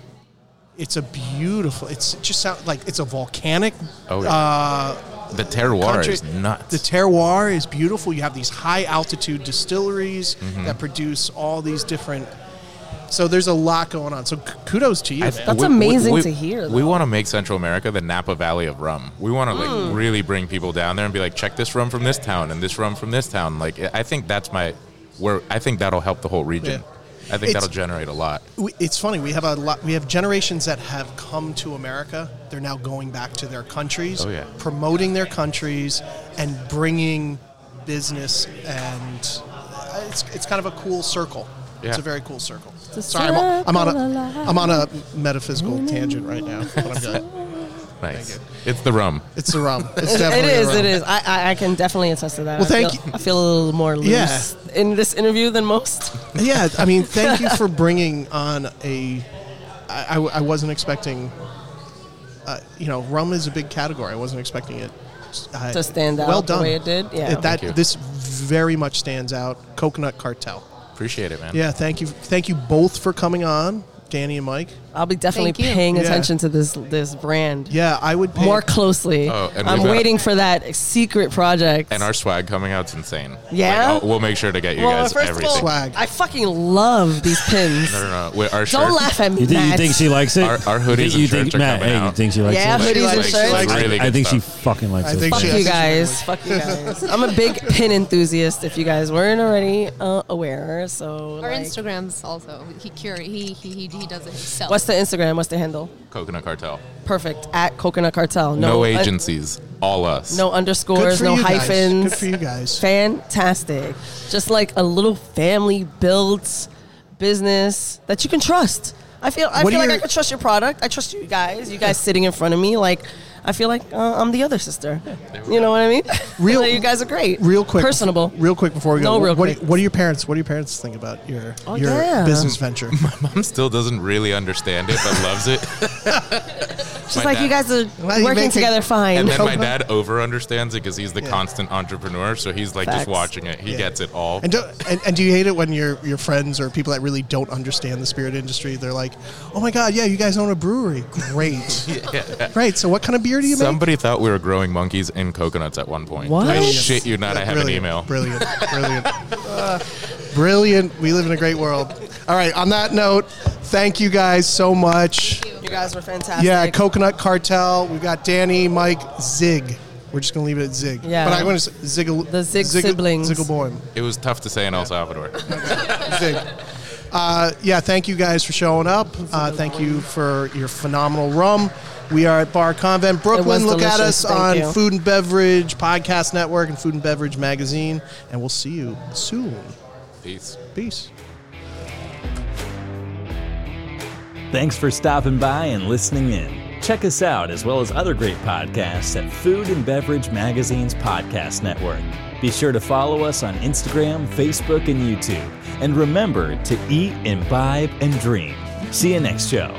S2: it's a beautiful. It's just sound, like it's a volcanic
S5: Oh, yeah. the terroir
S2: Uh, country-
S5: is nuts.
S2: The terroir is beautiful. You have these high altitude distilleries
S5: Mm-hmm.
S2: that produce all these different. So there's a lot going on. So k- kudos to you.
S5: I-
S2: man.
S4: That's amazing to hear,
S5: We
S4: though.
S5: want to make Central America the Napa Valley of rum. We want to like
S4: Hmm.
S5: really bring people down there and be like, check this rum from this town and this rum from this town. Like, I I think that's my where I think that'll help the whole region. I think
S2: It's-
S5: that'll generate a lot.
S2: We- it's funny. We have a lot. We have generations that have come to America. They're now going back to their countries,
S5: Oh, yeah.
S2: promoting their countries, and bringing business. And uh, it's it's kind of a cool circle. It's
S5: Yeah.
S2: a very cool circle.
S4: a
S2: Sorry, I'm, on- I'm on
S6: circle
S2: a I'm on a metaphysical tangent right
S4: [laughs]
S2: now. But I'm good.
S5: Nice. It's the rum.
S2: It's the rum. It's
S4: It
S2: definitely the
S4: is.
S2: rum.
S4: It is. I, I, I can definitely attest to that.
S2: Well,
S4: I
S2: thank
S4: feel,
S2: you.
S4: I feel a little more loose
S2: Yeah.
S4: in this interview than most.
S2: yeah, I mean, thank you for bringing on a. I, I, I wasn't expecting. Uh, you know, rum is a big category. I wasn't expecting it uh,
S4: To stand out
S2: Well
S4: the
S2: done.
S4: way it did, yeah.
S2: that
S5: Thank you.
S2: this very much stands out. Coconut Cartel.
S5: Appreciate it, man.
S2: Yeah, thank you, thank you both for coming on, Danny and Mike.
S4: I'll be definitely
S6: Thank you.
S4: paying
S2: Yeah.
S4: attention to this this brand
S2: Yeah, I would pay
S4: more closely.
S5: Oh, and
S4: I'm
S5: we've got-
S4: waiting for that secret project.
S5: And our swag coming out's insane.
S4: Yeah?
S5: Like, I'll- we'll make sure to get you
S4: well,
S5: guys
S4: first
S5: everything.
S4: of all,
S2: Swag.
S4: I fucking love these pins.
S5: no, no, no. Wait, our
S4: Don't
S5: shirts-
S4: laugh at me.
S3: You, thi- you think she likes it?
S5: Our- our
S3: You
S5: hoodies
S3: think-
S5: and
S3: you think,
S5: shirts are
S3: Matt,
S5: coming
S3: hey, you
S5: out.
S3: think she likes
S4: Yeah,
S3: it?
S4: hoodies and
S5: Like,
S4: shirts.
S5: like,
S2: I-
S5: really
S3: I
S5: good
S3: think she
S5: stuff.
S3: fucking likes
S2: I
S3: it.
S2: think
S4: Fuck
S2: she-
S4: you
S2: Yes,
S4: guys. Fuck you guys. I'm a big pin enthusiast. If you guys weren't already uh, aware, so
S6: Our
S4: like-
S6: Instagrams also. He curate. He he he, he does it himself.
S4: What's the Instagram? What's the handle?
S5: Coconut Cartel.
S4: Perfect at Coconut Cartel.
S5: No,
S4: un-
S5: agencies. all us.
S4: no underscores.
S2: for
S4: No
S2: you guys.
S4: hyphens.
S2: Good for you guys.
S4: Fantastic. Just like a little family built business that you can trust. I feel. I
S2: What
S4: feel
S2: are
S4: like I
S2: your-
S4: can trust your product. I trust you guys. You guys sitting in front of me, like. I feel like uh, I'm the other sister. You know what
S2: [laughs]
S4: I mean?
S2: Real-
S4: [laughs] you guys are great.
S2: Real quick,
S4: personable.
S2: Real quick before we go,
S4: No, real
S2: what, do-
S4: quick. Oh,
S2: what do your parents? What do your parents think about your your
S4: yeah.
S2: business venture?
S5: Mom [laughs] still doesn't really understand it, but
S4: [laughs]
S5: loves it.
S4: She's like, you guys are
S2: Well, you
S4: working
S2: make it-
S4: together fine.
S5: And then my dad over understands it because he's the constant entrepreneur. So he's like
S4: Facts.
S5: just watching it. He
S2: Yeah.
S5: gets it all.
S2: And, don't, and and do you hate it when your your friends or people that really don't understand the spirit industry, they're like, "Oh my God, yeah, you guys own a brewery, great,
S5: [laughs]
S2: great." So what kind of beer do you
S5: Somebody thought we were growing monkeys in coconuts at one point.
S4: What?
S5: I
S4: Brilliant.
S5: shit you not.
S2: make?
S5: I have
S2: brilliant,
S5: an email. [laughs]
S2: Brilliant, brilliant, Uh, brilliant. We live in a great world. All right. On that note, thank you guys so much.
S4: You guys were fantastic.
S2: Yeah, Coconut Cartel. We've got Danny, Mike, Zig. We're just gonna leave it at Zig.
S4: Yeah.
S2: But I'm gonna s- Zig
S4: The Zig siblings.
S2: Ziggleborn.
S5: It was tough to say in
S2: [laughs]
S5: El Salvador.
S2: Zig. Uh, yeah, thank you guys for showing up. Uh, thank you for your phenomenal rum. We are at Bar Convent Brooklyn. Look at
S4: delicious.
S2: us
S4: Thank
S2: on
S4: you.
S2: Food and Beverage Podcast Network and Food and Beverage Magazine, and we'll see you soon.
S5: Peace.
S2: Peace.
S1: Thanks for stopping by and listening in. Check us out as well as other great podcasts at Food and Beverage Magazine's Podcast Network. Be sure to follow us on Instagram, Facebook, and YouTube. And remember to eat, imbibe, and dream. See you next show.